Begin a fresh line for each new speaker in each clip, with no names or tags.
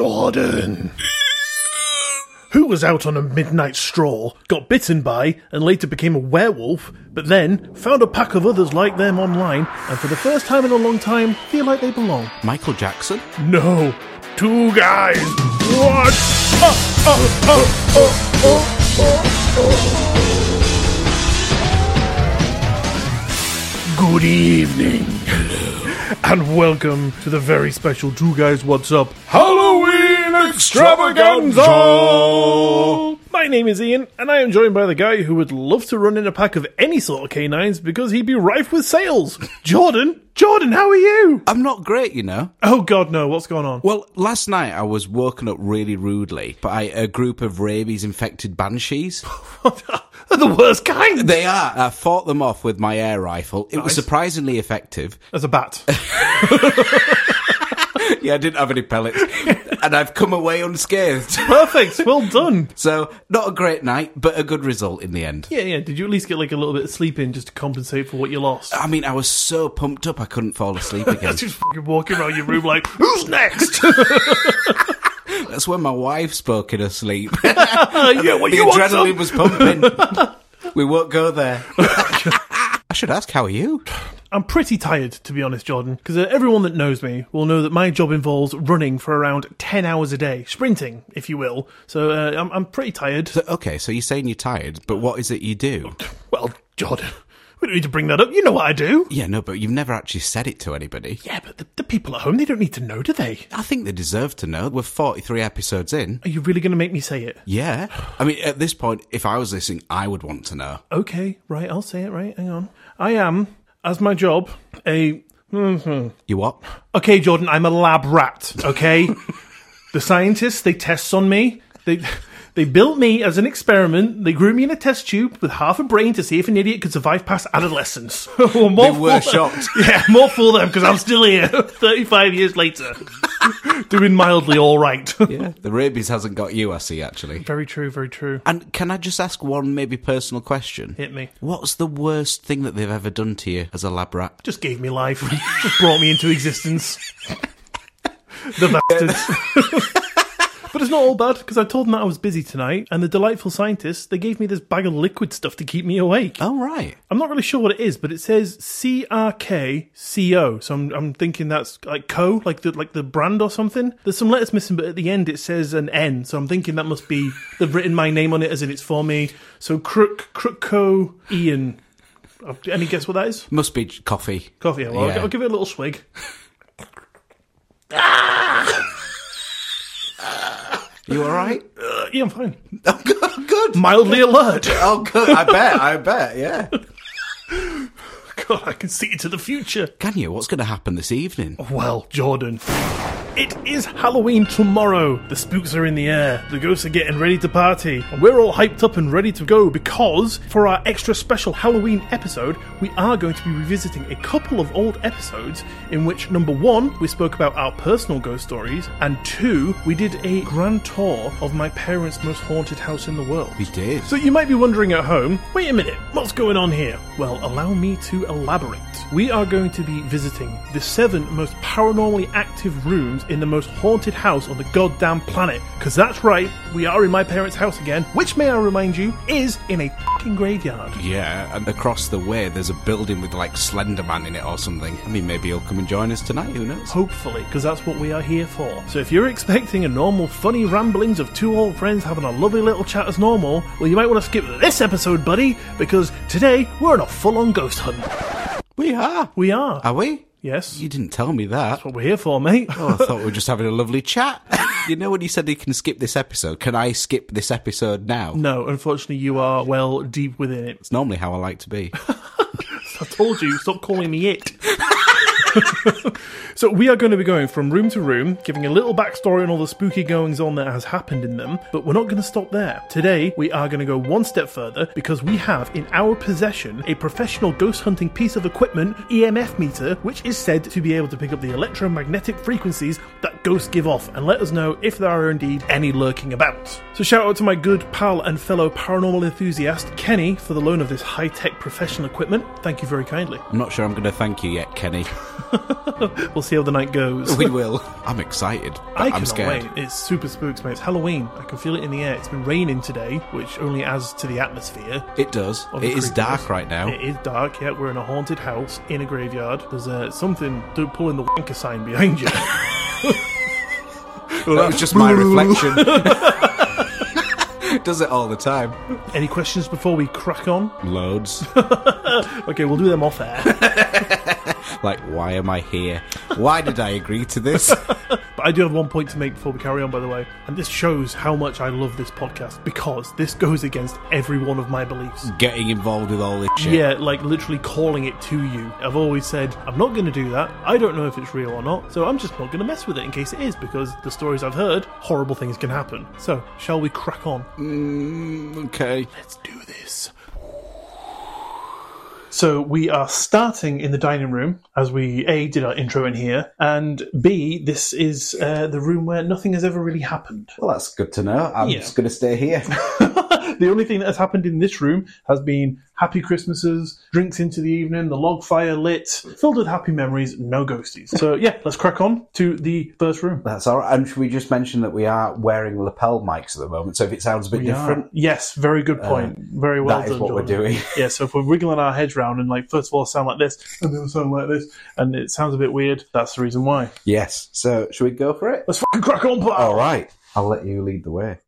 Jordan. Who was out on a midnight stroll, got bitten by, and later became a werewolf, but then found a pack of others like them online, and for the first time in a long time, feel like they belong.
Michael Jackson?
No, two guys. What? Oh, oh, oh, oh, oh. uh, uh. Good evening. and welcome to the very special Two Guys What's Up Halloween Extravaganza! My name is Ian, and I am joined by the guy who would love to run in a pack of any sort of canines because he'd be rife with sales. Jordan! Jordan, how are you?
I'm not great, you know.
Oh god, no, what's going on?
Well, last night I was woken up really rudely by a group of rabies infected banshees.
They're the worst kind!
They are. I fought them off with my air rifle. It was surprisingly effective.
As a bat.
yeah, I didn't have any pellets. and I've come away unscathed.
Perfect, well done.
So, not a great night, but a good result in the end.
Yeah, yeah. Did you at least get like a little bit of sleep in just to compensate for what you lost?
I mean, I was so pumped up I couldn't fall asleep
I
again.
was just fucking walking around your room like, who's next?
That's when my wife spoke in her sleep.
yeah, what
the
you want some?
adrenaline was pumping. we won't go there. I should ask, how are you?
I'm pretty tired, to be honest, Jordan, because uh, everyone that knows me will know that my job involves running for around 10 hours a day, sprinting, if you will. So uh, I'm, I'm pretty tired.
So- okay, so you're saying you're tired, but what is it you do?
Well, Jordan, we don't need to bring that up. You know what I do.
Yeah, no, but you've never actually said it to anybody.
Yeah, but the, the people at home, they don't need to know, do they?
I think they deserve to know. We're 43 episodes in.
Are you really going to make me say it?
Yeah. I mean, at this point, if I was listening, I would want to know.
Okay, right, I'll say it, right, hang on. I am, as my job, a
You what?
okay, Jordan, I'm a lab rat, okay? the scientists, they test on me. They they built me as an experiment. They grew me in a test tube with half a brain to see if an idiot could survive past adolescence. well, more
They were
fool-
shocked.
Yeah, more for them because I'm still here 35 years later. Doing mildly all right.
Yeah. The rabies hasn't got you, I see, actually.
very true, very true.
And can I just ask one maybe personal question?
Hit me.
What's the worst thing that they've ever done to you as a lab rat?
Just gave me life. Just brought me into existence. the bastards. But it's not all bad because I told them that I was busy tonight, and the delightful scientists they gave me this bag of liquid stuff to keep me awake.
Oh, right.
I'm not really sure what it is, but it says CRKCO, so I'm, I'm thinking that's like co, like the like the brand or something. There's some letters missing, but at the end it says an N, so I'm thinking that must be they've written my name on it as in it's for me. So Crook Crookco Ian. Uh, Any guess what that is?
Must be j- coffee.
Coffee. Well, I'll,
Yeah.
I'll give it a little swig.
You all right?
Uh, yeah, I'm fine.
oh, good. Good.
Mildly alert.
Oh, good. I bet. I bet. Yeah.
God, I can see into the future.
Can you? What's going to happen this evening?
Well, Jordan, it is Halloween tomorrow. The spooks are in the air. The ghosts are getting ready to party. And we're all hyped up and ready to go because for our extra special Halloween episode, we are going to be revisiting a couple of old episodes in which number one, we spoke about our personal ghost stories, and two, we did a grand tour of my parents' most haunted house in the world.
We did.
So you might be wondering at home, wait a minute, what's going on here? Well, allow me to elaborate. We are going to be visiting the seven most paranormally active rooms in the most haunted house on the goddamn planet. Because that's right, we are in my parents' house again, which, may I remind you, is in a fucking graveyard.
Yeah, and across the way there's a building with like Slender Man in it or something. I mean, maybe he'll come and join us tonight. Who knows?
Hopefully, because that's what we are here for. So if you're expecting a normal funny ramblings of two old friends having a lovely little chat as normal, well, you might want to skip this episode, buddy, because today we're on a full on ghost hunt.
We are.
We are.
Are we?
Yes.
You didn't tell me that.
what we're here for, mate.
Oh, I thought we were just having a lovely chat. you know when you said you can skip this episode? Can I skip this episode now?
No, unfortunately, you are well deep within it.
It's normally how I like to be.
I told you, stop calling me it. so we are going to be going from room to room, giving a little backstory on all the spooky goings on that has happened in them, but we're not going to stop there. Today, we are going to go one step further because we have in our possession a professional ghost hunting piece of equipment, EMF meter, which is said to be able to pick up the electromagnetic frequencies that ghosts give off and let us know if there are indeed any lurking about. So shout out to my good pal and fellow paranormal enthusiast, Kenny, for the loan of this high-tech professional equipment. Thank you very kindly.
I'm not sure I'm going to thank you yet, Kenny.
we'll see how the night goes.
We will. I'm excited. But
I
am
cannot
scared.
wait. It's super spooks, mate. It's Halloween. I can feel it in the air. It's been raining today, which only adds to the atmosphere.
It does.
of Oh, the
It is
creepiness.
dark right now.
It is dark. Yeah, we're in a haunted house in a graveyard. There's uh, something do- pulling the wanker sign behind you.
That was just my reflection. does it all the time.
Any questions before we crack on?
Loads.
Okay, we'll do them off air.
like, why am I here? Why did I agree to this?
But I do have one point to make before we carry on, by the way, and this shows how much I love this podcast because this goes against every one of my beliefs.
Getting involved with all this shit.
Yeah, like literally calling it to you. I've always said, I'm not going to do that. I don't know if it's real or not, so I'm just not going to mess with it in case it is because the stories I've heard, horrible things can happen. So, shall we crack on?
Mm, okay.
Let's do this. So we are starting in the dining room as we a did our intro in here, and b this is uh, the room where nothing has ever really happened.
Well, that's good to know. I'm
Yeah. just
going to stay here.
the only thing that has happened in this room has been happy Christmases, drinks into the evening, the log fire lit, filled with happy memories, no ghosties. So yeah, let's crack on to the first room.
that's all right. And should we just mention that we are wearing lapel mics at the moment? So if it sounds a bit different, Uh,
Yes, very good point. very well
that
done.
is what we're
Jordan.
doing.
yeah, so if we're wriggling our heads round and like first of all I sound like this and then I sound like this and it sounds a bit weird, that's the reason why.
yes. So should we go for it?
Let's fucking crack on, pal.
All right. I'll let you lead the way.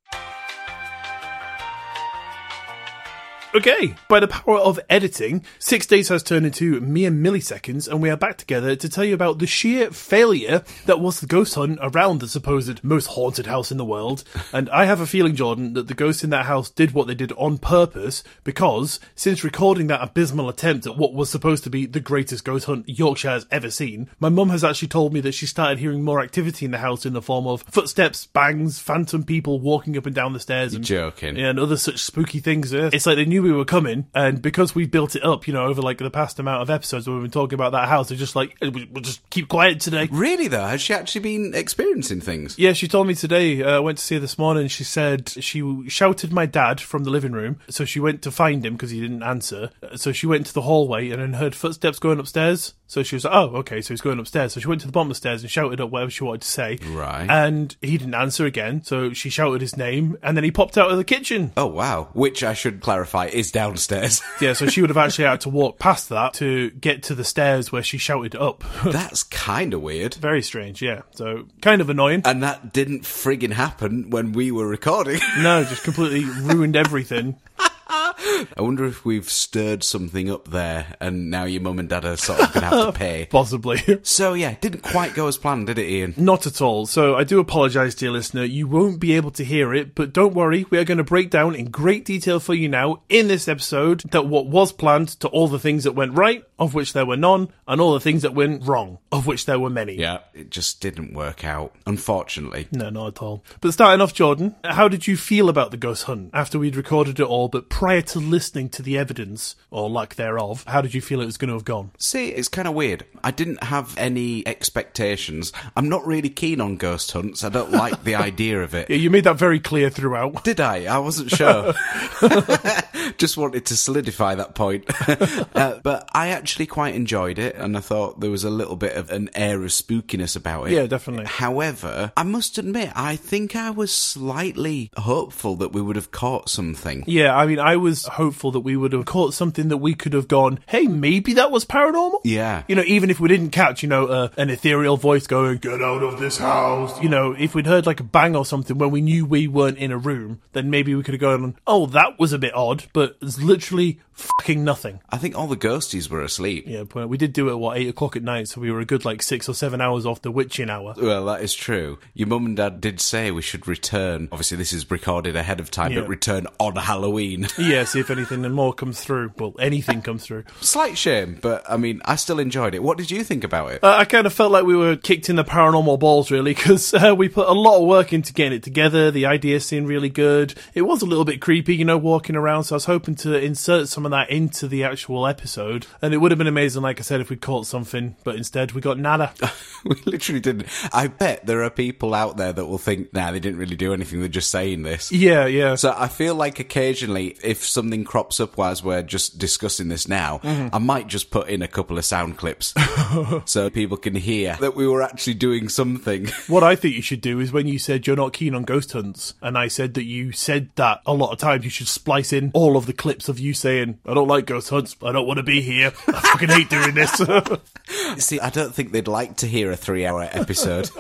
Okay, by the power of editing, six days has turned into mere milliseconds, and we are back together to tell you about the sheer failure that was the ghost hunt around the supposed most haunted house in the world. And I have a feeling, Jordan, that the ghosts in that house did what they did on purpose because since recording that abysmal attempt at what was supposed to be the greatest ghost hunt Yorkshire has ever seen, my mum has actually told me that she started hearing more activity in the house in the form of footsteps, bangs, phantom people walking up and down the stairs. and
Joking.
yeah, and other such spooky things. uh, It's like they knew we were coming, and because we built it up, you know, over like the past amount of episodes where we've been talking about that house, they're just like, "Eh, we- we'll just keep quiet today.
Really, though? Has she actually been experiencing things?
Yeah, she told me today. uh, I went to see her this morning. She said she shouted my dad from the living room, so she went to find him because he didn't answer. Uh, So she went to the hallway and then heard footsteps going upstairs. So she was like, "Oh, okay, so he's going upstairs." So she went to the bottom of the stairs and shouted up whatever she wanted to say.
Right.
And he didn't answer again. So she shouted his name, and then he popped out of the kitchen.
Oh, wow. Which I should clarify is downstairs.
Yeah, so she would have actually had to walk past that to get to the stairs where she shouted up.
That's kind of weird.
Very strange, yeah. So kind of annoying.
And that didn't friggin' happen when we were recording.
No, just completely ruined everything.
I wonder if we've stirred something up there and now your mum and dad are sort of going to have to pay.
Possibly.
So, yeah, didn't quite go as planned, did it, Ian?
Not at all. So I do apologise, dear listener. You won't be able to hear it, but don't worry. We are going to break down in great detail for you now in this episode that what was planned to all the things that went right, of which there were none, and all the things that went wrong, of which there were many.
Yeah. It just didn't work out, unfortunately.
No, not at all. But starting off, Jordan, how did you feel about the ghost hunt after we'd recorded it all, but prior to listening to the evidence, or lack thereof, how did you feel it was going to have gone?
See, it's kind of weird. I didn't have any expectations. I'm not really keen on ghost hunts. I don't like the idea of it.
Yeah, you made that very clear throughout.
Did I? I wasn't sure. Just wanted to solidify that point. uh, but I actually quite enjoyed it, and I thought there was a little bit of an air of spookiness about it.
Yeah, definitely.
However, I must admit, I think I was slightly hopeful that we would have caught something.
Yeah, I mean, I was hopeful that we would have caught something that we could have gone, hey, maybe that was paranormal?
Yeah.
You know, even if we didn't catch, you know, uh, an ethereal voice going, get out of this house. You know, if we'd heard like a bang or something when we knew we weren't in a room, then maybe we could have gone, oh, that was a bit odd, but there's literally fucking nothing.
I think all the ghosties were asleep.
Yeah, but we did do it what eight o'clock at night, so we were a good like six or seven hours off the witching hour.
Well, that is true. Your mum and dad did say we should return. Obviously, this is recorded ahead of time,
Yeah.
but return on Halloween.
Yeah, see if anything more comes through. Well, anything comes through.
Slight shame, but I mean, I still enjoyed it. What did you think about it?
Uh, I kind of felt like we were kicked in the paranormal balls, really, because uh, we put a lot of work into getting it together. The idea seemed really good. It was a little bit creepy, you know, walking around. So I was hoping to insert some of that into the actual episode, and it would have been amazing, like I said, if we caught something. But instead, we got nada.
we literally didn't. I bet there are people out there that will think, nah, they didn't really do anything. They're just saying this.
yeah, yeah.
So I feel like occasionally, if something crops up whilst we're just discussing this now, I might just put in a couple of sound clips so people can hear that we were actually doing something.
What I think you should do is when you said you're not keen on ghost hunts, and I said that you said that a lot of times, you should splice in all of the clips of you saying, I don't like ghost hunts, I don't want to be here, I fucking hate doing this.
See, I don't think they'd like to hear a three hour episode.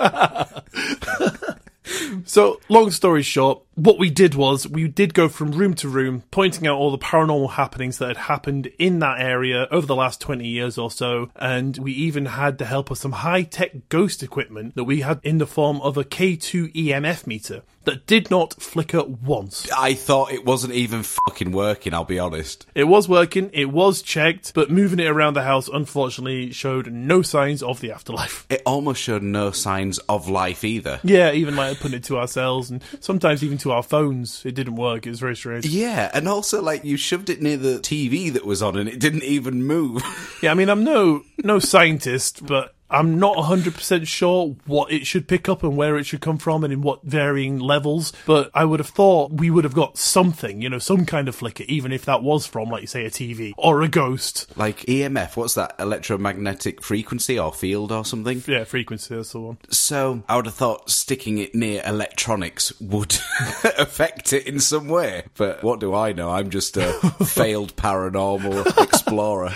so, long story short, what we did was we did go from room to room, pointing out all the paranormal happenings that had happened in that area over the last 20 years or so, and we even had the help of some high tech ghost equipment that we had in the form of a K2 EMF meter that did not flicker once.
I thought it wasn't even fucking working, I'll be honest.
It was working, it was checked, but moving it around the house unfortunately showed no signs of the afterlife.
It almost showed no signs of life either.
Yeah, even like putting it to ourselves and sometimes even to our phones, it didn't work. It was very strange.
Yeah, and also, like, you shoved it near the TV that was on and it didn't even move.
Yeah, I mean, I'm no no scientist, but I'm not 100% sure what it should pick up and where it should come from and in what varying levels, but I would have thought we would have got something, you know, some kind of flicker, even if that was from, like, say, a TV or a ghost.
like, EMF, what's that? Electromagnetic frequency or field or something?
Yeah, frequency, that's the one.
So, I would have thought sticking it near electronics would affect it in some way. But what do I know? I'm just a failed paranormal explorer.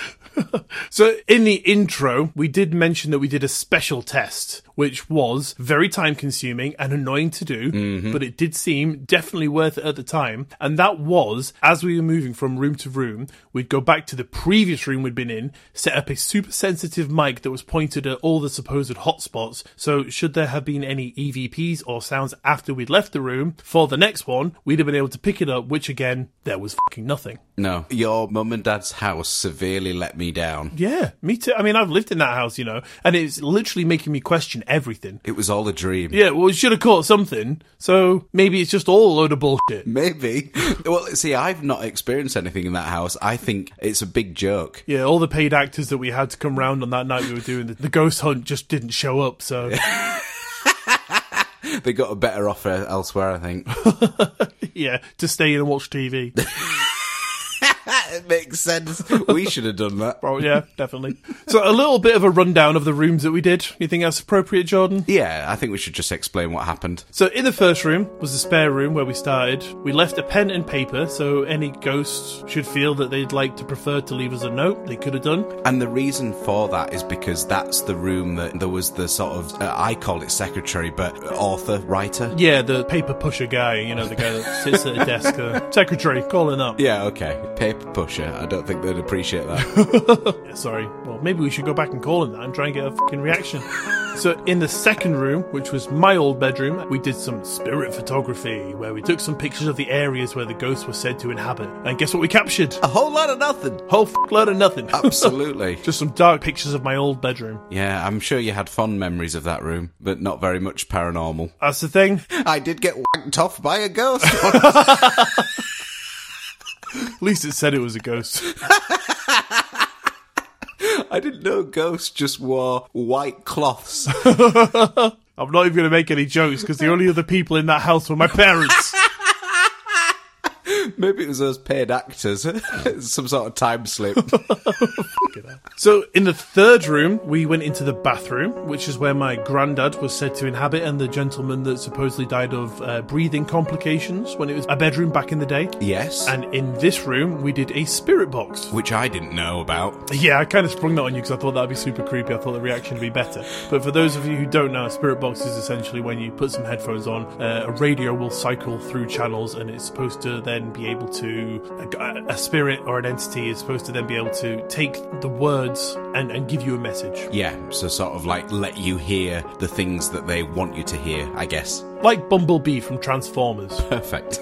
So in the intro, we did mention that we did a special test, which was very time consuming and annoying to do, but it did seem definitely worth it at the time. And that was as we were moving from room to room, we'd go back to the previous room we'd been in, set up a super sensitive mic that was pointed at all the supposed hotspots. So should there have been any EVPs or sounds after we'd left the room for the next one, we'd have been able to pick it up, which again, there was fucking nothing.
No. Your mum and dad's house severely let me down.
Yeah, me too. I mean, I've lived in that house, you know, and it's literally making me question everything.
It was all a dream.
Yeah, well, it should have caught something. So maybe it's just all a load of bullshit.
Maybe. Well, see, I've not experienced anything in that house. I think it's a big joke.
Yeah, all the paid actors that we had to come round on that night we were doing the, the ghost hunt just didn't show up. So
They got a better offer elsewhere, I think.
yeah, to stay in and watch TV.
it makes sense. We should have done that.
Oh yeah, definitely. So a little bit of a rundown of the rooms that we did. You think that's appropriate, Jordan?
Yeah, I think we should just explain what happened.
So in the first room was the spare room where we started. We left a pen and paper, so any ghosts should feel that they'd like to prefer to leave us a note. They could have done.
And the reason for that is because that's the room that there was the sort of, uh, I call it secretary, but author, writer.
Yeah, the paper pusher guy, you know, the guy that sits at a desk, uh, secretary, calling up.
Yeah, okay. Paper pusher. I don't think they'd appreciate that.
Sorry. Well, maybe we should go back and call him that and try and get a fucking reaction. So, in the second room, which was my old bedroom, we did some spirit photography where we took some pictures of the areas where the ghosts were said to inhabit. And guess what we captured?
a whole lot of Uh, nothing. Uh,
Whole fuck load of nothing.
Absolutely.
Just some dark pictures of my old bedroom.
Yeah, I'm sure you had fond memories of that room, but not very much paranormal.
That's the thing.
I did get whacked off by a ghost.
At least it said it was a ghost.
I didn't know ghosts just wore white cloths.
I'm not even going to make any jokes because the only other people in that house were my parents.
Maybe it was those paid actors. Some sort of time slip.
So, in the third room, we went into the bathroom, which is where my granddad was said to inhabit, and the gentleman that supposedly died of uh, breathing complications when it was a bedroom back in the day.
yes.
And in this room, we did a spirit box.
which I didn't know about.
Yeah, I kind of sprung that on you because I thought that'd be super creepy. I thought the reaction would be better. But for those of you who don't know, a spirit box is essentially when you put some headphones on, uh, a radio will cycle through channels, and it's supposed to then be able to a, a spirit or an entity is supposed to then be able to take the words and, and give you a message.
Yeah, so sort of like let you hear the things that they want you to hear, I guess.
like Bumblebee from Transformers.
Perfect.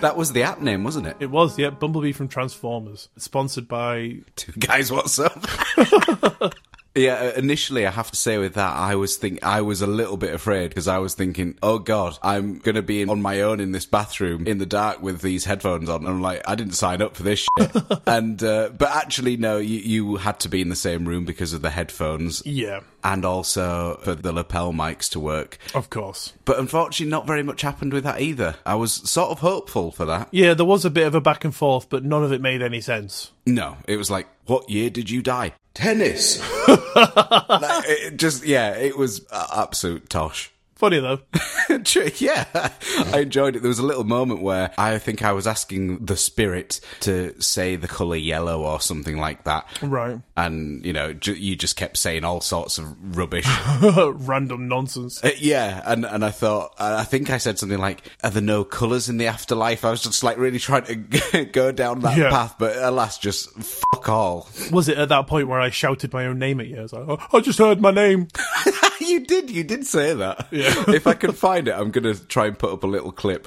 that was the app name, wasn't it?
It was, yeah, Bumblebee from Transformers, sponsored by
Two guys, what's up? Yeah, uh, initially I have to say with that I was think I was a little bit afraid because I was thinking, oh god, I'm gonna be in, on my own in this bathroom in the dark with these headphones on. And I'm like, I didn't sign up for this shit. and uh, but actually, no, you, you had to be in the same room because of the headphones
Yeah,
and also for the lapel mics to work.
of course.
But unfortunately, not very much happened with that either. I was sort of hopeful for that.
Yeah, there was a bit of a back and forth, but none of it made any sense.
No, it was like, what year did you die? Tennis. Like, it just yeah, it was uh, absolute tosh.
Funny though.
True, yeah, I enjoyed it. There was a little moment where I think I was asking the spirit to say the color yellow or something like that,
right.
and you know, ju- you just kept saying all sorts of rubbish.
Random nonsense.
Uh, yeah, and and I thought I think I said something like, "Are there no colours in the afterlife?" I was just like really trying to go down that
Yeah.
path, but alas, just fuck all.
Was it at that point where I shouted my own name at you? I was like, oh, I just heard my name.
you did, you did say that. Yeah. if I can find it, I'm gonna try and put up a little clip.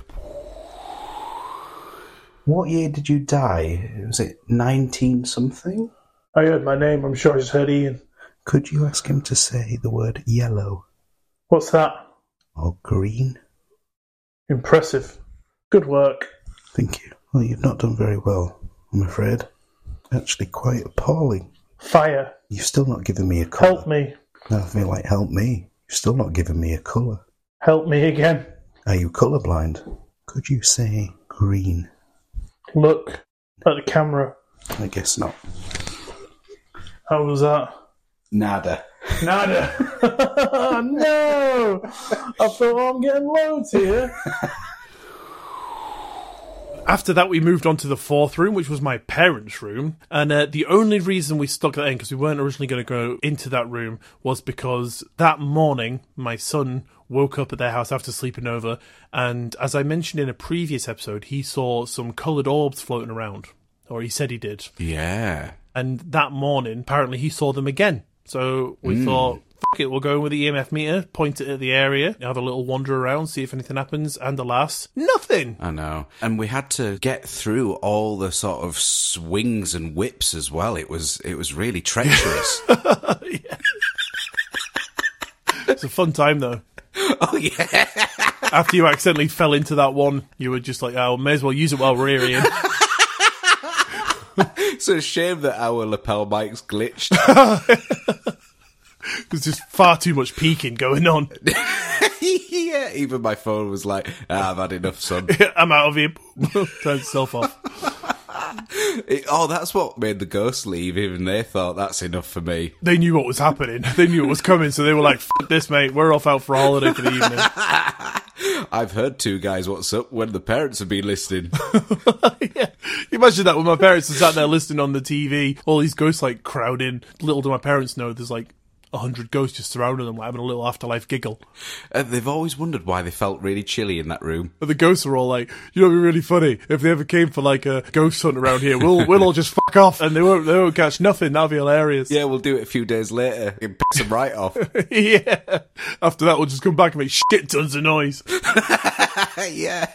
What year did you die? Was it 19 something?
I heard my name. I'm sure I just heard Ian.
Could you ask him to say the word yellow
What's that?
or green?
Impressive. Good work.
Thank you. Well, you've not done very well, I'm afraid. Actually, quite appalling.
Fire.
You've still not given me a colour.
Help me.
No, I feel like, help me. You've still not given me a colour.
Help me again.
Are you colourblind? Could you say green?
Look at the camera.
I guess not.
How was that?
Nada.
Nada. no. I thought I'm getting loads here. After that, we moved on to the fourth room, which was my parents' room. And uh, the only reason we stuck that in, because we weren't originally going to go into that room, was because that morning my son woke up at their house after sleeping over. And as I mentioned in a previous episode, he saw some coloured orbs floating around, or he said he did.
Yeah.
And that morning, apparently, he saw them again. So we thought, fuck it, we'll go in with the EMF meter, point it at the area, have a little wander around, see if anything happens. And alas, nothing.
I know. And we had to get through all the sort of swings and whips as well. It was it was really treacherous.
It's a fun time, though.
oh yeah.
After you accidentally fell into that one, you were just like, oh, may as well use it while we're here. Ian."
It's a shame that our lapel mics glitched.
There's just far too much peeking going on.
yeah, even my phone was like, ah, I've had enough, son.
I'm out of here. Turns itself off.
It- oh, that's what made the ghost leave. Even they thought that's enough for me.
They knew what was happening. They knew what was coming, so they were like, fuck this, mate. We're off out for a holiday for the evening.
I've heard two guys what's up when the parents have been listening.
yeah. Imagine that when my parents are sat there listening on the TV, all these ghosts like crowding. Little do my parents know there's like a hundred ghosts just surrounding them, like having a little afterlife giggle.
Uh, they've always wondered why they felt really chilly in that room.
But the ghosts are all like, you know, it'd be really funny if they ever came for like a ghost hunt around here. We'll we'll all just fuck off and they won't they won't catch nothing. That'd be hilarious.
Yeah, we'll do it a few days later. It piss them right off.
yeah. After that, we'll just come back and make shit tons of noise.
yeah.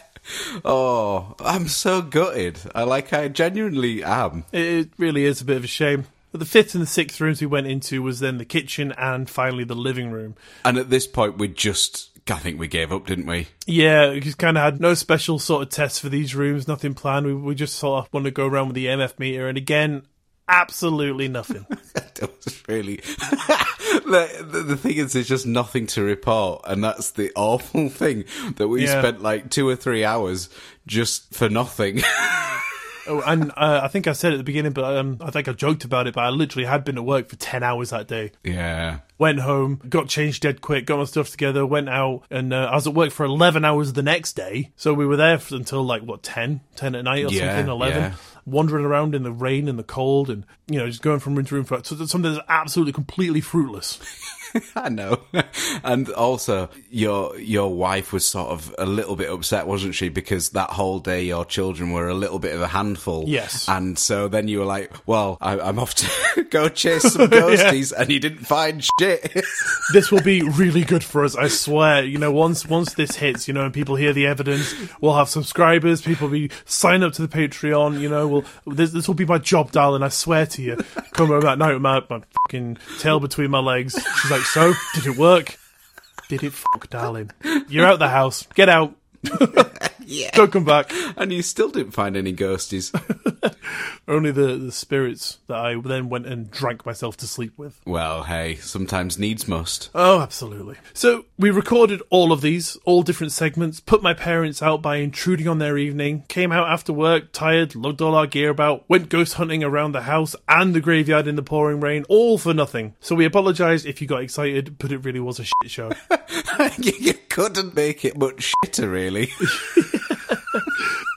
Oh, I'm so gutted. I like, I genuinely am.
It- It really is a bit of a shame. But the fifth and the sixth rooms we went into was then the kitchen and finally the living room.
And at this point, we just, I think we gave up, didn't we?
Yeah, we just kind of had no special sort of tests for these rooms, nothing planned. We, we just sort of want to go around with the MF meter, and again, absolutely nothing.
That was really. the, the, the thing is, there's just nothing to report, and that's the awful thing that we
Yeah.
spent like two or three hours just for nothing.
oh, and uh, I think I said at the beginning, but um, I think I joked about it, but I literally had been at work for 10 hours that day.
yeah.
Went home, got changed dead quick, got my stuff together, went out, and uh, I was at work for 11 hours the next day. So we were there f- until like, what, 10? 10 at night or
Yeah,
something, 11?
yeah.
Wandering around in the rain and the cold and, you know, just going from room to room for so- something that's absolutely completely fruitless.
I know. And also, your your wife was sort of a little bit upset, wasn't she? Because that whole day your children were a little bit of a handful.
Yes.
And so then you were like, "Well, I, I'm off to go chase some ghosties," and you didn't find shit.
this will be really good for us. I swear. You know, once once this hits, you know, and people hear the evidence, we'll have subscribers. People will be sign up to the Patreon. You know, we'll this, this will be my job, darling. I swear to you. Come home at night with my, my fucking tail between my legs. She's like, so did it work? Did it fuck, darling? You're out the house. Get out.
yeah.
Don't come back.
And you still didn't find any ghosties.
Only the, the spirits that I then went and drank myself to sleep with.
well, hey, sometimes needs must.
Oh, absolutely. So we recorded all of these, all different segments, put my parents out by intruding on their evening, came out after work, tired, lugged all our gear about, went ghost hunting around the house and the graveyard in the pouring rain, all for nothing. So we apologise if you got excited, but it really was a shit show.
you you couldn't make it much shitter, really.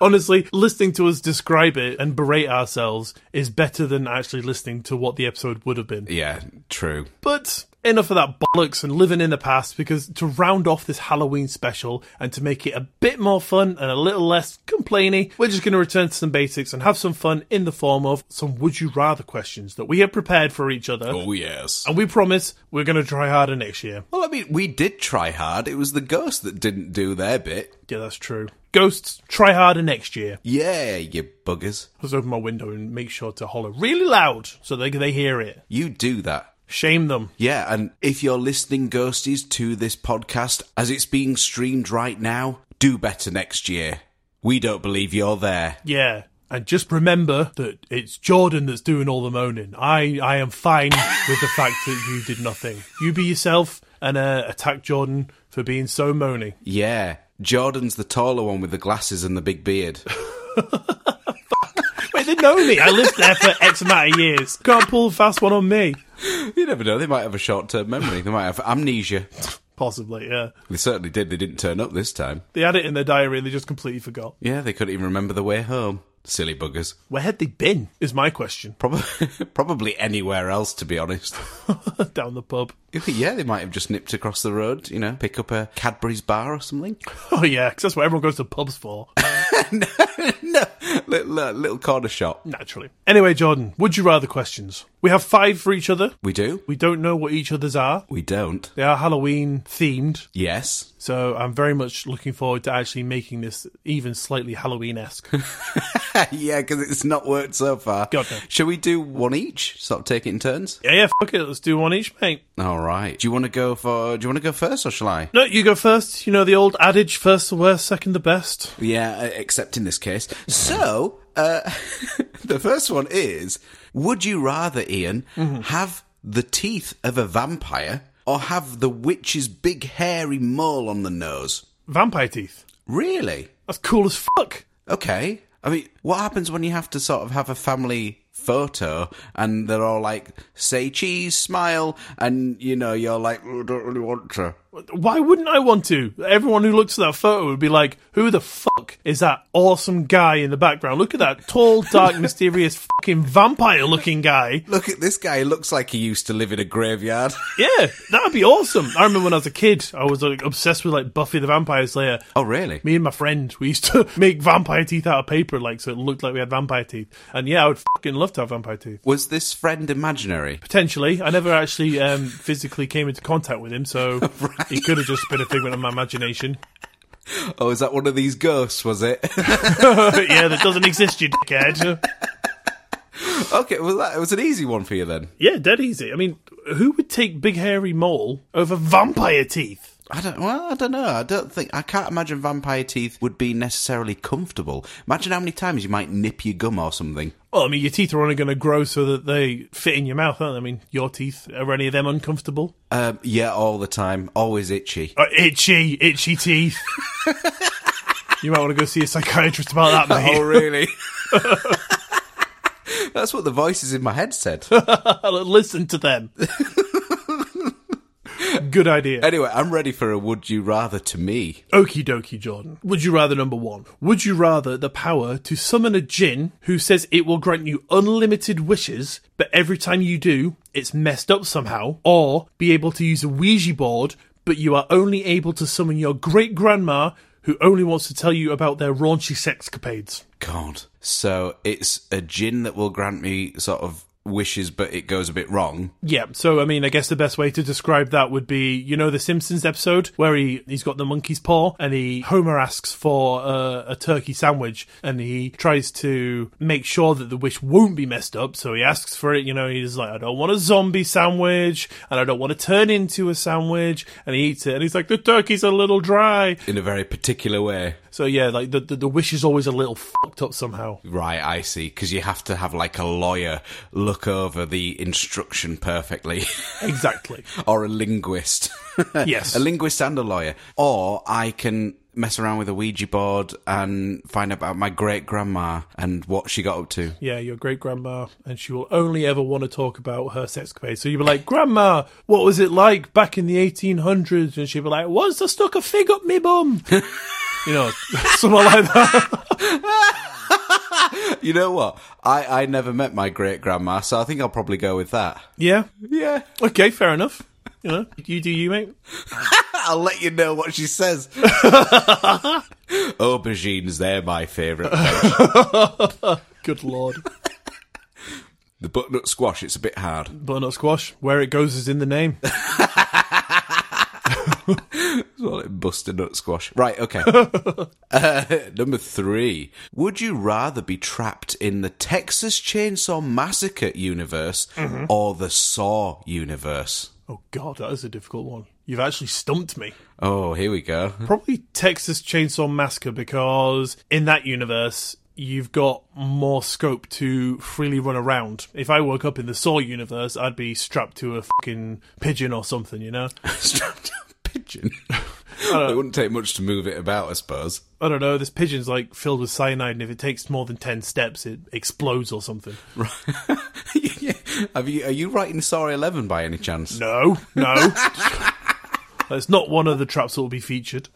Honestly, listening to us describe it and berate ourselves is better than actually listening to what the episode would have been.
yeah, true.
But enough of that bollocks and living in the past because to round off this Halloween special and to make it a bit more fun and a little less complainy, we're just going to return to some basics and have some fun in the form of some would you rather questions that we have prepared for each other.
Oh, yes.
And we promise we're going to try harder next year.
Well, I mean, we did try hard. It was the ghost that didn't do their bit.
Yeah, that's true. Ghosts, try harder next year.
Yeah, you buggers.
Let's open my window and make sure to holler really loud so they, they hear it.
You do that.
Shame them.
Yeah, and if you're listening, ghosties, to this podcast as it's being streamed right now, do better next year. We don't believe you're there.
Yeah. And just remember that it's Jordan that's doing all the moaning. I, I am fine with the fact that you did nothing. You be yourself and uh, attack Jordan for being so moany.
Yeah, Jordan's the taller one with the glasses and the big beard.
Wait, they know me. I lived there for X amount of years. Can't pull a fast one on me.
you never know, they might have a short term memory. They might have amnesia.
Possibly, yeah.
They certainly did. They didn't turn up this time.
They had it in their diary and they just completely forgot.
Yeah, they couldn't even remember the way home. Silly buggers.
Where had they been? Is my question.
Probably, probably anywhere else, to be honest.
Down the pub.
yeah, they might have just nipped across the road, you know, pick up a Cadbury's bar or something.
Oh, yeah, 'cause that's what everyone goes to pubs for,
no, no, little, uh, little corner shop.
naturally. Anyway, Jordan, would you rather questions? We have five for each other.
We do?
We don't know what each other's are.
We don't.
They are Halloween themed,
Yes.
So I'm very much looking forward to actually making this even slightly Halloween esque.
yeah, because it's not worked so far.
God, no.
Shall we do one each? Sort of take it in turns.
yeah, yeah, fuck it, let's do one each, mate.
All right. Do you want to go for? Do you want to go first, or shall I?
No, you go first. You know the old adage: first the worst, second the best.
Yeah, uh, except in this case. So, uh, the first one is Would you rather, Ian, have the teeth of a vampire or have the witch's big hairy mole on the nose?
Vampire teeth.
Really?
That's cool as fuck.
Okay. I mean, what happens when you have to sort of have a family photo and they're all like, say cheese, smile, and you know, you're like, "Oh, I don't really want to.
Why wouldn't I want to? Everyone who looks at that photo would be like, "Who the fuck is that awesome guy in the background? Look at that tall, dark, mysterious fucking vampire-looking guy."
Look at this guy, he looks like he used to live in a graveyard.
Yeah, that'd be awesome. I remember when I was a kid, I was like, obsessed with like Buffy the Vampire Slayer.
oh, really?
Me and my friend, we used to make vampire teeth out of paper, like so it looked like we had vampire teeth. And yeah, I would fucking love to have vampire teeth.
Was this friend imaginary?
Potentially, I never actually um, physically came into contact with him, so he could have just been a figment of my imagination.
Oh, is that one of these ghosts, was it?
But yeah, that doesn't exist, you dickhead.
okay, well, that was an easy one for you then.
Yeah, dead easy. I mean, who would take big hairy mole over vampire teeth?
I don't, well, I don't know. I don't think, I can't imagine vampire teeth would be necessarily comfortable. Imagine how many times you might nip your gum or something.
Well, I mean, your teeth are only going to grow so that they fit in your mouth, aren't they? I mean, your teeth are any of them uncomfortable?
Um, yeah, all the time. Always itchy.
Uh, itchy, itchy teeth. you might want to go see a psychiatrist about that, mate.
Oh, really? That's what the voices in my head said.
Listen to them. Good idea.
Anyway, I'm ready for a would you rather to me.
Okie dokie, Jordan. Would you rather number one? Would you rather the power to summon a djinn who says it will grant you unlimited wishes, but every time you do, it's messed up somehow, or be able to use a Ouija board, but you are only able to summon your great grandma who only wants to tell you about their raunchy sexcapades?
God. So it's a gin that will grant me sort of wishes, but it goes a bit wrong.
Yeah, so I mean, I guess the best way to describe that would be, you know, the Simpsons episode where he he's got the monkey's paw and he Homer asks for a, a turkey sandwich and he tries to make sure that the wish won't be messed up. So he asks for it, you know, he's like, I don't want a zombie sandwich and I don't want to turn into a sandwich, and he eats it and he's like, the turkey's a little dry.
In a very particular way.
So yeah, like the the, the wish is always a little fucked up somehow.
Right, I see. Because you have to have like a lawyer look over the instruction perfectly,
Exactly.
or a linguist.
Yes.
a linguist and a lawyer. Or I can mess around with a Ouija board and find out about my great grandma and what she got up to.
yeah, your great grandma, and she will only ever want to talk about her sexcapades. So you'll be like, Grandma, what was it like back in the 1800s? And she'll be like, Once I stuck a fig up me bum. you know, something like that.
You know what? I, I never met my great grandma, so I think I'll probably go with that.
Yeah.
Yeah.
Okay, fair enough. You know, you do you, mate.
I'll let you know what she says. Aubergines, they're my favourite.
Good lord.
the butternut squash, it's a bit hard.
Butternut squash, where it goes is in the name.
Well, it bust a nut squash. Right, okay. uh, number three. Would you rather be trapped in the Texas Chainsaw Massacre universe or the Saw universe?
Oh, God, that is a difficult one. You've actually stumped me.
Oh, here we go.
Probably Texas Chainsaw Massacre because in that universe you've got more scope to freely run around. If I woke up in the Saw universe, I'd be strapped to a fucking pigeon or something, you know.
Strapped to a pigeon. It wouldn't take much to move it about, I suppose.
I don't know. This pigeon's like filled with cyanide, and if it takes more than ten steps, it explodes or something.
Have you, are you writing Saw 11 by any chance?
No, no. That's not one of the traps that will be featured.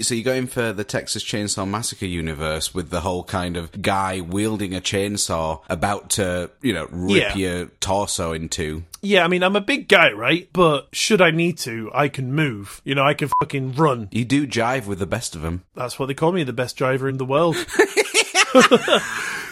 So you're going for the Texas Chainsaw Massacre universe with the whole kind of guy wielding a chainsaw about to, you know,
Yeah.
rip your torso in two.
Yeah, I mean, I'm a big guy, right? But should I need to, I can move. You know, I can fucking run.
You do jive with the best of them.
That's what they call me, the best driver in the world.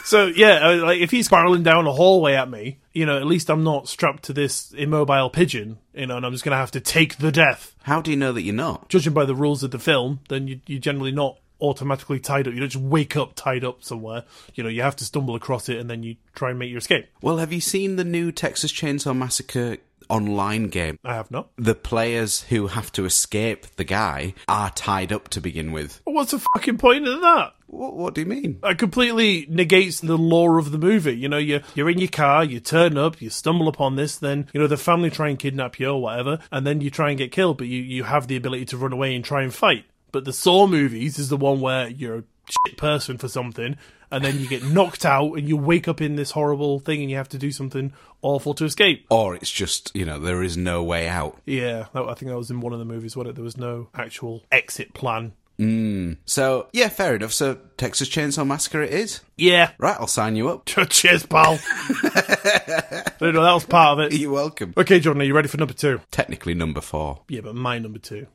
so yeah, uh, like if he's barreling down a hallway at me, you know, at least I'm not strapped to this immobile pigeon, you know, and I'm just gonna have to take the death.
How do you know that you're not?
Judging by the rules of the film, then you, you're generally not automatically tied up. You don't just wake up tied up somewhere. You know, you have to stumble across it and then you try and make your escape.
Well, have you seen the new Texas Chainsaw Massacre online game?
I have not.
The players who have to escape the guy are tied up to begin with.
What's the fucking point of that?
What, what do you mean?
That uh, completely negates the lore of the movie. You know, you're, you're in your car, you turn up, you stumble upon this, then, you know, the family try and kidnap you or whatever, and then you try and get killed, but you, you have the ability to run away and try and fight. But the Saw movies is the one where you're a shit person for something, and then you get knocked out, and you wake up in this horrible thing, and you have to do something awful to escape.
Or it's just, you know, there is no way out.
Yeah, that, I think that was in one of the movies, wasn't it? There was no actual exit plan.
So, yeah, fair enough. So, Texas Chainsaw Massacre it is.
Yeah.
Right, I'll sign you up.
Cheers, pal. no, no, that was part of it.
You're welcome.
Okay, Jordan, are you ready for number two?
Technically number four.
Yeah, but my number two.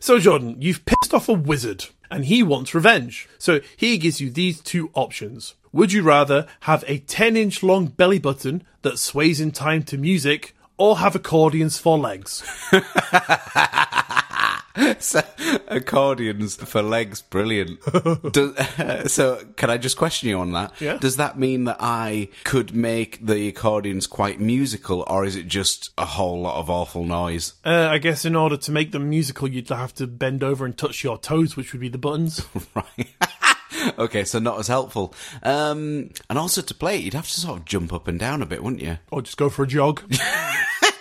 So, Jordan, you've pissed off a wizard and he wants revenge. So, he gives you these two options. Would you rather have a 10 inch long belly button that sways in time to music or have accordions for legs?
So, accordions for legs, brilliant. Does, so, can I just question you on that?
Yeah.
Does that mean that I could make the accordions quite musical, or is it just a whole lot of awful noise?
Uh, I guess in order to make them musical, you'd have to bend over and touch your toes, which would be the buttons.
Right. okay, so not as helpful. Um, and also to play it, you'd have to sort of jump up and down a bit, wouldn't you?
or just go for a jog.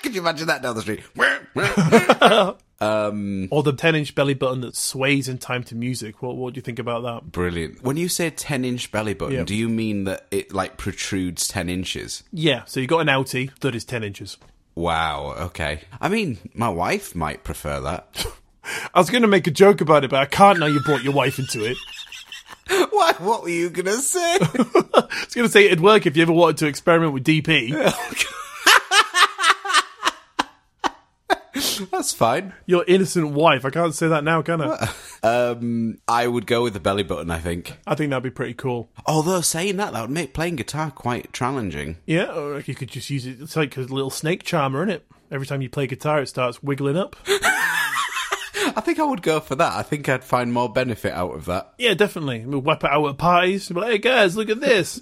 could you imagine that down the street?
or the 10 inch belly button that sways in time to music. What, what do you think about that?
Brilliant. When you say 10 inch belly button,
Yeah.
do you mean that it like protrudes 10 inches?
Yeah, so you got an outie that is 10 inches.
Wow. Okay. I mean, my wife might prefer that.
I was going to make a joke about it, but I can't now you brought your wife into it.
what? What were you gonna say?
I was going to say it'd work if you ever wanted to experiment with DP.
That's fine.
Your innocent wife. I can't say that now, can I?
Um, I would go with the belly button. I think.
I think that'd be pretty cool.
Although saying that, that would make playing guitar quite challenging.
Yeah, or you could just use it. It's like a little snake charmer, is it? Every time you play guitar, it starts wiggling up.
I think I would go for that. I think I'd find more benefit out of that.
Yeah, definitely. We'll whip it out at parties. We'll be like, hey guys, look at this.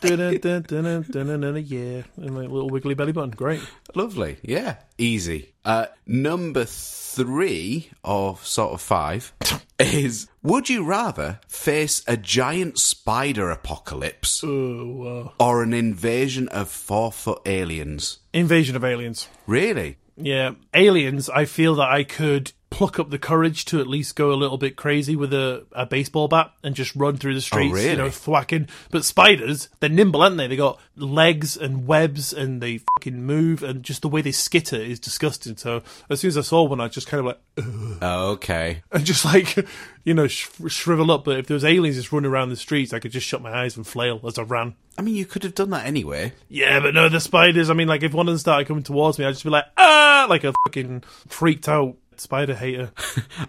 Dun-dun, dun-dun, dun-dun, dun-dun, yeah, and like little wiggly belly button. Great.
Lovely. Yeah. Easy. Uh, number three, or sort of five, is would you rather face a giant spider apocalypse
Oh, wow.
or an invasion of four foot aliens?
Invasion of aliens.
Really?
Yeah, aliens. I feel that I could pluck up the courage to at least go a little bit crazy with a, a baseball bat and just run through the streets, you know,
really?
thwacking. But spiders, they're nimble, aren't they? They got legs and webs, and they fucking move, and just the way they skitter is disgusting. So as soon as I saw one, I just kind of like
Okay.
and just like you know sh- shrivel up. But if there was aliens just running around the streets, I could just shut my eyes and flail as I ran.
I mean, you could have done that anyway.
Yeah, but no, the spiders. I mean, like if one of them started coming towards me, I'd just be like ah, like a fucking freaked out spider hater.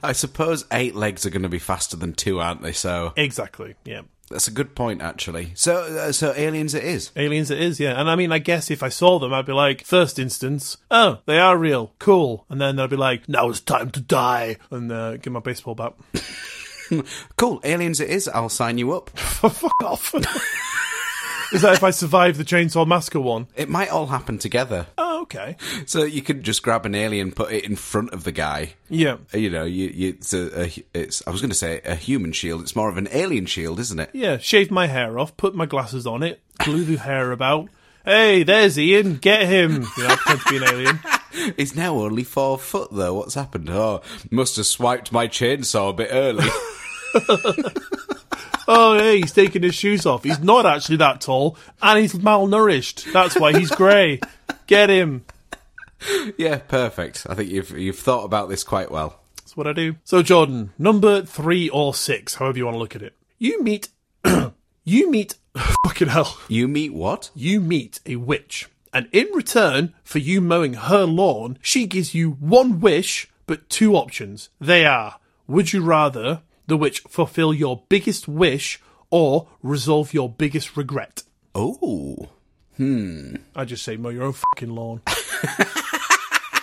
I suppose eight legs are going to be faster than two, aren't they? So
Exactly. Yeah.
that's a good point, actually. So, uh, so aliens, it is.
Aliens it is, yeah. And I mean, I guess if I saw them, I'd be like, first instance, oh, they are real, cool. And then I'd be like, now it's time to die. And uh, get my baseball bat.
Cool, aliens, it is. I'll sign you up.
Fuck off. is that if I survive the Chainsaw Massacre one?
It might all happen together.
Oh, okay.
So you could just grab an alien, put it in front of the guy.
Yeah.
You know, you, you it's a, a it's. I was going to say a human shield. It's more of an alien shield, isn't it?
Yeah, shave my hair off, put my glasses on it, glue the hair about. Hey, there's Ian, get him. You know, I pretend to be an alien.
It's now only four foot though. What's happened? Oh, must have swiped my chainsaw a bit early.
Oh, hey, he's taking his shoes off. He's not actually that tall, and he's malnourished. That's why he's grey. Get him.
yeah, perfect. I think you've you've thought about this quite well.
That's what I do. So, Jordan, number three or six, however you want to look at it. You meet, you meet, fucking hell.
You meet what?
You meet a witch, and in return for you mowing her lawn, she gives you one wish, but two options. They are: would you rather the witch fulfill your biggest wish or resolve your biggest regret?
Oh,
I just say mow your own fucking lawn.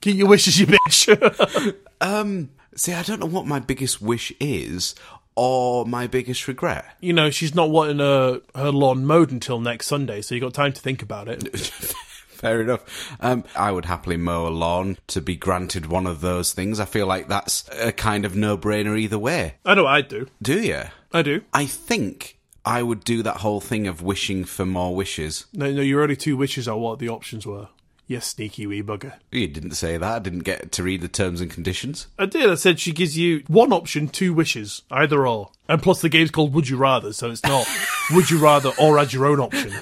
Get your wishes, you bitch.
see, I don't know what my biggest wish is or my biggest regret.
you know, she's not wanting her, her lawn mowed until next Sunday, so you got time to think about it.
Fair enough. Um, I would happily mow a lawn to be granted one of those things. I feel like that's a kind of no brainer either way.
I know I do.
Do you?
I do.
I think I would do that whole thing of wishing for more wishes.
No, no, your only two wishes are what the options were. You sneaky wee bugger.
You didn't say that. I didn't get to read the terms and conditions.
I did. I said she gives you one option, two wishes, either or. And plus, the game's called Would You Rather, so it's not Would You Rather or add your own option.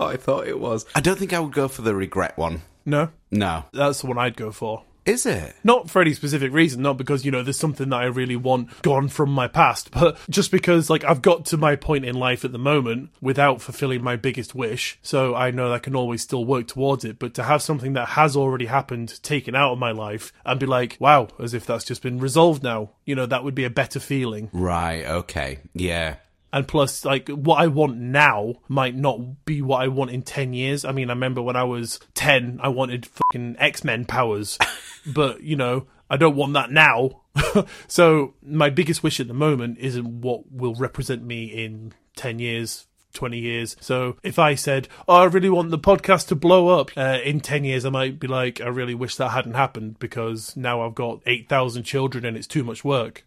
Oh, I thought it was. I don't think I would go for the regret one.
No,
No.
that's the one I'd go for.
Is it?
Not for any specific reason, not because, you know, there's something that I really want gone from my past, but just because, like, I've got to my point in life at the moment without fulfilling my biggest wish, so I know that I can always still work towards it. But to have something that has already happened taken out of my life and be like, wow, as if that's just been resolved now, you know, that would be a better feeling.
Right, okay. Yeah.
And plus, like, what I want now might not be what I want in 10 years. I mean, I remember when I was 10, I wanted fucking X Men powers, but, you know, I don't want that now. so, my biggest wish at the moment isn't what will represent me in 10 years. 20 years. So if I said, Oh, I really want the podcast to blow up uh, in 10 years, I might be like, I really wish that hadn't happened because now I've got 8,000 children and it's too much work.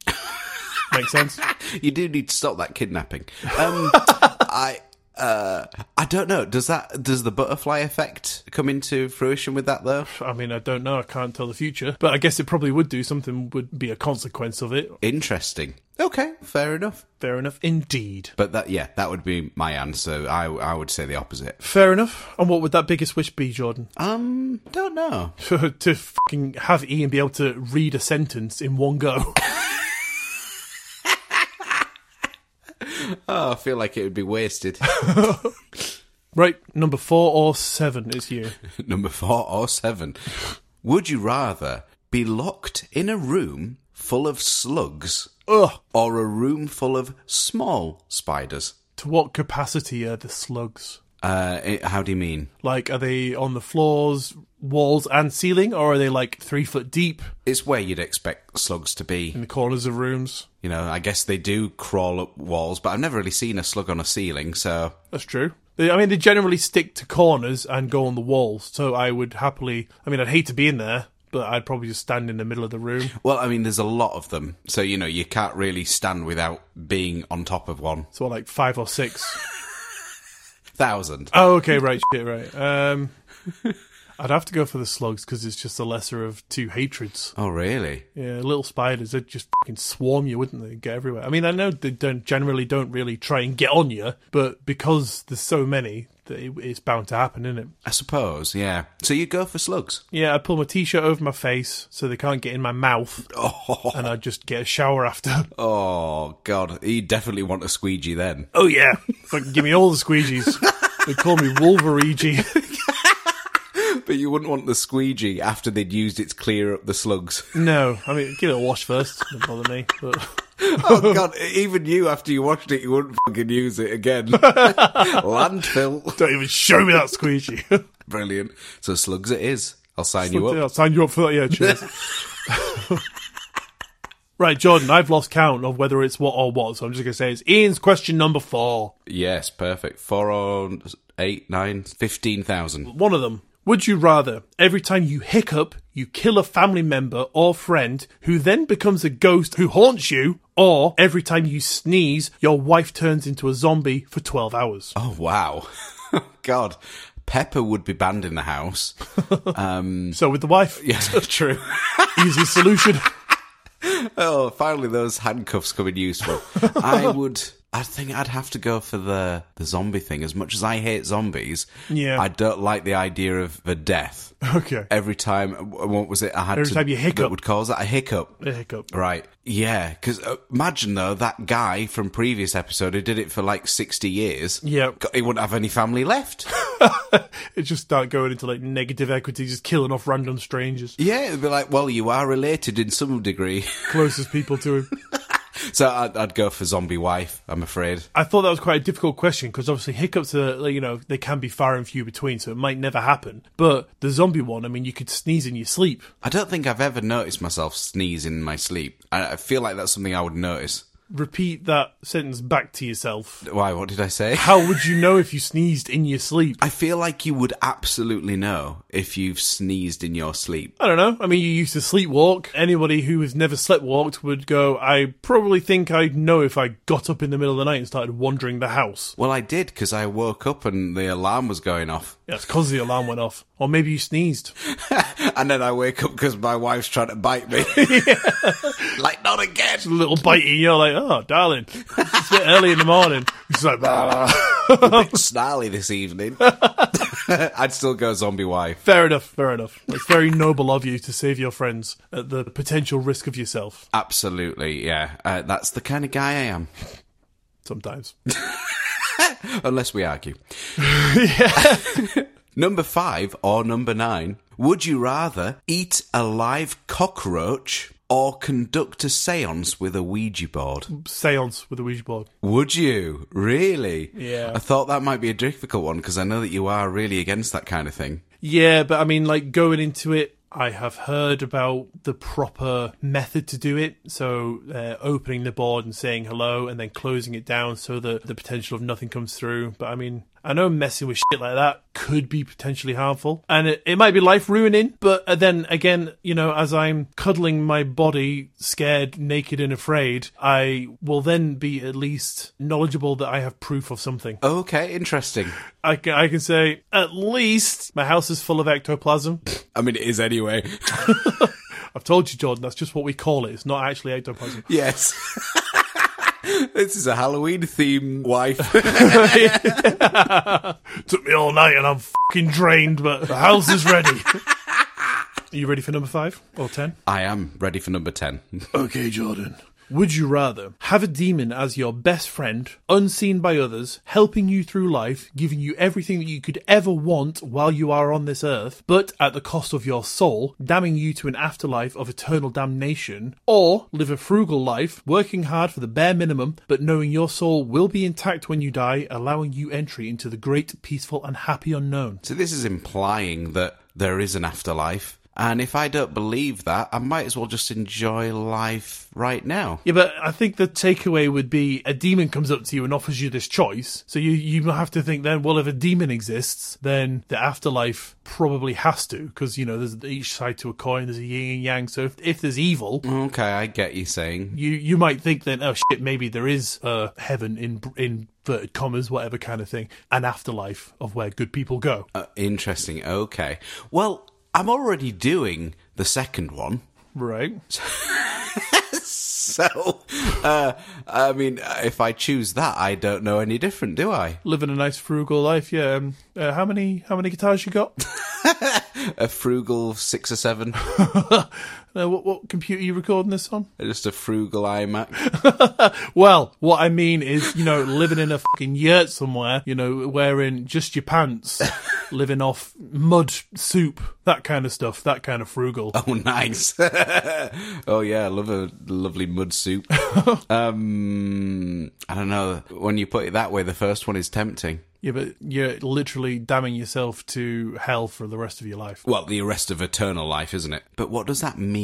Makes sense?
You do need to stop that kidnapping. Um, I. uh, I don't know. Does that does the butterfly effect come into fruition with that though?
I mean, I don't know. I can't tell the future, but I guess it probably would do. Something would be a consequence of it.
Interesting. Okay, fair enough.
Fair enough, indeed.
But that yeah, that would be my answer. I I would say the opposite.
Fair enough. And what would that biggest wish be, Jordan?
Um, don't know.
to fucking have Ian be able to read a sentence in one go.
Oh, I feel like it would be wasted.
right, number four or seven is you.
Number four or seven. Would you rather be locked in a room full of slugs
Ugh.
or a room full of small spiders?
To what capacity are the slugs?
Uh, eh, how do you mean?
Like, are they on the floors, walls, and ceiling, or are they like three foot deep
It's where you'd expect slugs to be.
in the corners of rooms?
You know, I guess they do crawl up walls, but I've never really seen a slug on a ceiling, so
That's true. They, I mean, they generally stick to corners and go on the walls, so I would happily. I mean, I'd hate to be in there, but I'd probably just stand in the middle of the room.
well, I mean, there's a lot of them, so you know, you can't really stand without being on top of one
So, like five or six.
thousand.
Oh, okay, right, shit, right. Um, I'd have to go for the slugs because it's just the lesser of two hatreds.
Oh, really?
Yeah, little spiders, they'd just fucking swarm you, wouldn't they? Get everywhere. I mean, I know they don't generally don't really try and get on you, but because there's so many, that it, it's bound to happen, isn't it?
I suppose, yeah. So you'd go for slugs.
Yeah, I'd pull my t-shirt over my face so they can't get in my mouth,
Oh,
and I'd just get a shower after.
oh God, you definitely want a squeegee then.
Oh yeah, fucking give me all the squeegees. They call me Wolverine.
But you wouldn't want the squeegee after they'd used it to clear up the slugs.
no, I mean give it a wash first. Don't bother me. But
Oh God, even you after you washed it, you wouldn't fucking use it again. Landfill.
don't even show me that squeegee.
Brilliant. So slugs it is. I'll sign you up.
Yeah, I'll sign you up for that. Yeah, cheers. right, Jordan, I've lost count of whether it's what or what, so I'm just going to say it's Ian's question number four.
Yes, perfect. Four on eight, nine, fifteen thousand.
One of them. Would you rather every time you hiccup, you kill a family member or friend who then becomes a ghost who haunts you, or every time you sneeze, your wife turns into a zombie for 12 hours?
Oh wow. God. Pepper would be banned in the house.
So, with the wife,
Um, Yeah, true.
easy solution.
Oh, finally those handcuffs come in useful. I would. I think I'd have to go for the the zombie thing. As much as I hate zombies,
Yeah.
I don't like the idea of the death.
Okay.
Every time, what was it? I had
Every
to,
time you hiccup.
that would cause that a hiccup.
A hiccup.
Right. Yeah. Because imagine though that guy from previous episode who did it for like sixty years.
Yeah.
God, he wouldn't have any family left.
It just start going into like negative equity, just killing off random strangers,
yeah, it'd be like, well, you are related in some degree.
closest people to him.
so I'd, I'd go for zombie wife. I'm afraid.
I thought that was quite a difficult question because obviously hiccups are like, you know they can be far and few between, so it might never happen. But the zombie one, I mean, you could sneeze in your sleep.
I don't think I've ever noticed myself sneeze in my sleep. I, I feel like that's something I would notice.
Repeat that sentence back to yourself.
Why? What did I say?
How would you know if you sneezed in your sleep?
I feel like you would absolutely know if you've sneezed in your sleep.
I don't know. I mean, you used to sleepwalk. Anybody who has never sleptwalked would go, I probably think I'd know if I got up in the middle of the night and started wandering the house.
Well, I did because I woke up and the alarm was going off.
That's because the alarm went off. Or maybe you sneezed.
and then I wake up because my wife's trying to bite me. like, not again.
A little bitey, you're like, oh, darling, it's a bit early in the morning. It's like, "Bah."
A bit snarly this evening. I'd still go zombie wife.
Fair enough, fair enough. It's very noble of you to save your friends at the potential risk of yourself
Absolutely, yeah. Uh, that's the kind of guy I am.
sometimes.
Unless we argue. number five or number nine. Would you rather eat a live cockroach or conduct a seance with a Ouija board?
Seance with a Ouija board.
Would you? Really?
Yeah.
I thought that might be a difficult one because I know that you are really against that kind of thing.
Yeah, but I mean, like, going into it, I have heard about the proper method to do it. So, uh, opening the board and saying hello and then closing it down so that the potential of nothing comes through. But I mean, I know messing with shit like that could be potentially harmful and it, it might be life ruining, but uh, then again, you know, as I'm cuddling my body, scared, naked, and afraid, I will then be at least knowledgeable that I have proof of something.
Okay, interesting.
I can, I can say, at least my house is full of ectoplasm.
I mean, it is anyway.
I've told you, Jordan, that's just what we call it. It's not actually ectoplasm.
Yes. this is a Halloween theme wife.
Took me all night and I'm fucking drained, but the house is ready. Are you ready for number five or ten?
I am ready for number 10.
Okay, Jordan. Would you rather have a demon as your best friend, unseen by others, helping you through life, giving you everything that you could ever want while you are on this earth, but at the cost of your soul, damning you to an afterlife of eternal damnation, or live a frugal life, working hard for the bare minimum, but knowing your soul will be intact when you die, allowing you entry into the great, peaceful, and happy unknown?
So this is implying that there is an afterlife. And if I don't believe that, I might as well just enjoy life right now.
Yeah, but I think the takeaway would be a demon comes up to you and offers you this choice. So you you have to think then, well, if a demon exists, then the afterlife probably has to, because you know there's each side to a coin. There's a yin and yang. So if, if there's evil,
Okay, I get you saying.
you you might think then, oh shit, maybe there is a heaven in in inverted commas, whatever kind of thing, an afterlife of where good people go.
Uh, interesting. Okay. Well, I'm already doing the second one.
Right.
So, uh, I mean, uh, if I choose that, I don't know any different, do I?
Living a nice frugal life. Yeah. Um, uh, how many how many guitars you got?
A frugal six or seven,
Uh, what what computer you recording this on?
just a frugal iMac.
Well, what I mean is, you know, living in a fucking yurt somewhere, you know, wearing just your pants, living off mud, soup, that kind of stuff, that kind of frugal.
Oh, nice. oh yeah, I love a lovely mud soup. um, I don't know. When you put it that way, the first one is tempting.
Yeah, but you're literally damning yourself to hell for the rest of your life.
Well, the arrest of eternal life, isn't it? But what does that mean?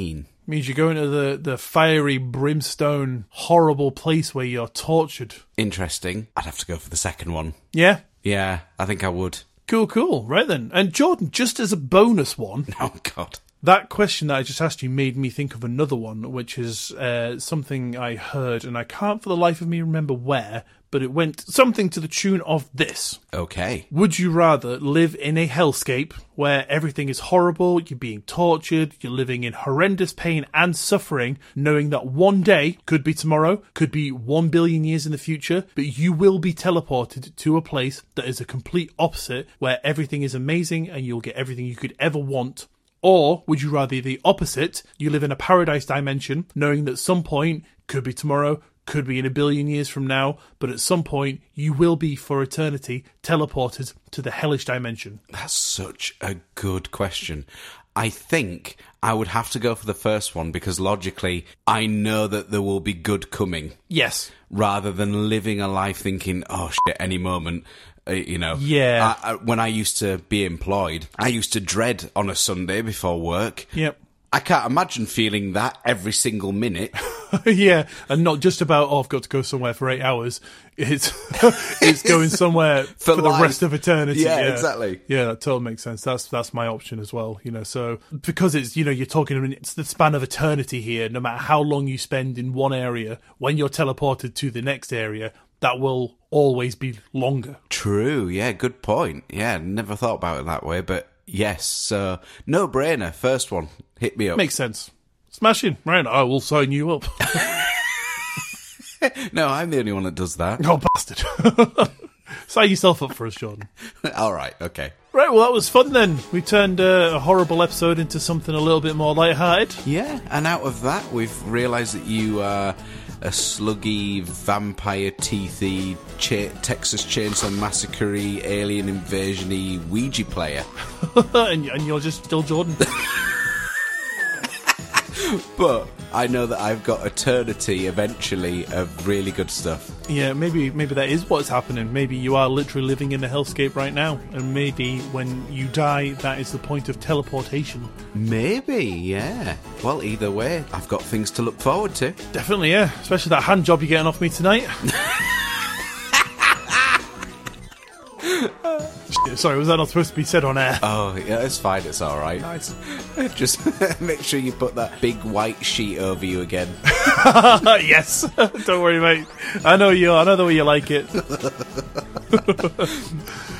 means you're going to the, the fiery, brimstone, horrible place where you're tortured.
Interesting. I'd have to go for the second one.
Yeah?
Yeah, I think I would.
Cool, cool. Right then. And Jordan, just as a bonus one,
Oh God.
That question that I just asked you made me think of another one, which is uh, something I heard, and I can't for the life of me remember where, but it went something to the tune of this.
Okay.
Would you rather live in a hellscape where everything is horrible, you're being tortured, you're living in horrendous pain and suffering, knowing that one day, could be tomorrow, could be one billion years in the future, but you will be teleported to a place that is a complete opposite where everything is amazing and you'll get everything you could ever want? Or would you rather the opposite? You live in a paradise dimension, knowing that some point, could be tomorrow, could be in a billion years from now, but at some point you will be for eternity teleported to the hellish dimension.
That's such a good question. I think I would have to go for the first one because logically, I know that there will be good coming
Yes.
rather than living a life thinking, oh shit, any moment. uh, You know,
Yeah.
I, I, when I used to be employed, I used to dread on a Sunday before work.
Yep.
I can't imagine feeling that every single minute.
yeah, and not just about oh, I've got to go somewhere for eight hours. It's it's going somewhere for, the
life.
rest of eternity.
Yeah, exactly.
Yeah, that totally makes sense. That's that's my option as well. You know, so because it's you know you're talking I mean, it's the span of eternity here. No matter how long you spend in one area, when you're teleported to the next area, that will always be longer.
True. Yeah, good point. Yeah, never thought about it that way, but yes. So, no brainer. First one. Hit me up.
Makes sense. Smashing, right? I will sign you up.
no, I'm the only one that does that.
oh, bastard! Sign yourself up for us, Jordan.
All right. Okay.
Right, well, that was fun then. We turned uh, a horrible episode into something a little bit more lighthearted.
Yeah, and out of that, we've realised that you are a sluggy, vampire teethy, cha- Texas Chainsaw Massacre alien invasion y Ouija player.
and, and you're just still Jordan.
But I know that I've got eternity eventually of really good stuff.
yeah, maybe maybe that is what's happening. Maybe you are literally living in a hellscape right now, and maybe when you die, that is the point of teleportation.
Maybe, yeah. Well, either way, I've got things to look forward to.
Definitely, yeah. Especially that hand job you're getting off me tonight. Sorry, was that not supposed to be said on air?
Oh, yeah, it's fine. It's all right. Nice. Just make sure you put that big white sheet over you again.
yes. Don't worry, mate. I know you. I know the way you like it.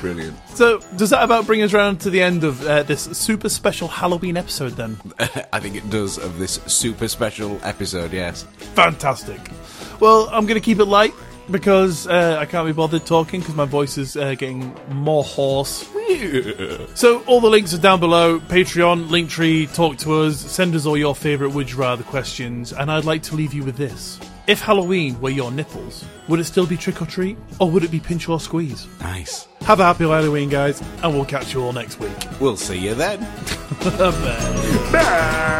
Brilliant.
So, does that about bring us round to the end of uh, this super special Halloween episode? Then,
I think it does of this super special episode. Yes.
fantastic. Well, I'm going to keep it light because uh, I can't be bothered talking because my voice is uh, getting more hoarse. So all the links are down below. Patreon, Linktree, talk to us, send us all your favourite would you rather questions, and I'd like to leave you with this. If Halloween were your nipples, would it still be trick or treat, or would it be pinch or squeeze?
Nice.
Have a happy Halloween, guys, and we'll catch you all next week.
We'll see you then.
Bye.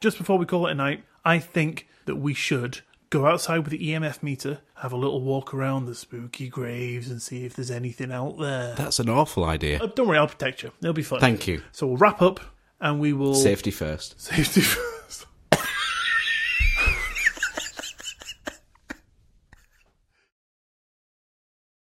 Just before we call it a night, I think that we should go outside with the EMF meter, have a little walk around the spooky graves, and see if there's anything out there. Uh,
That's an awful idea.
Don't worry, I'll protect you. It'll be fun.
Thank you. Oh.
So we'll wrap up, and we will
Safety first.
safety.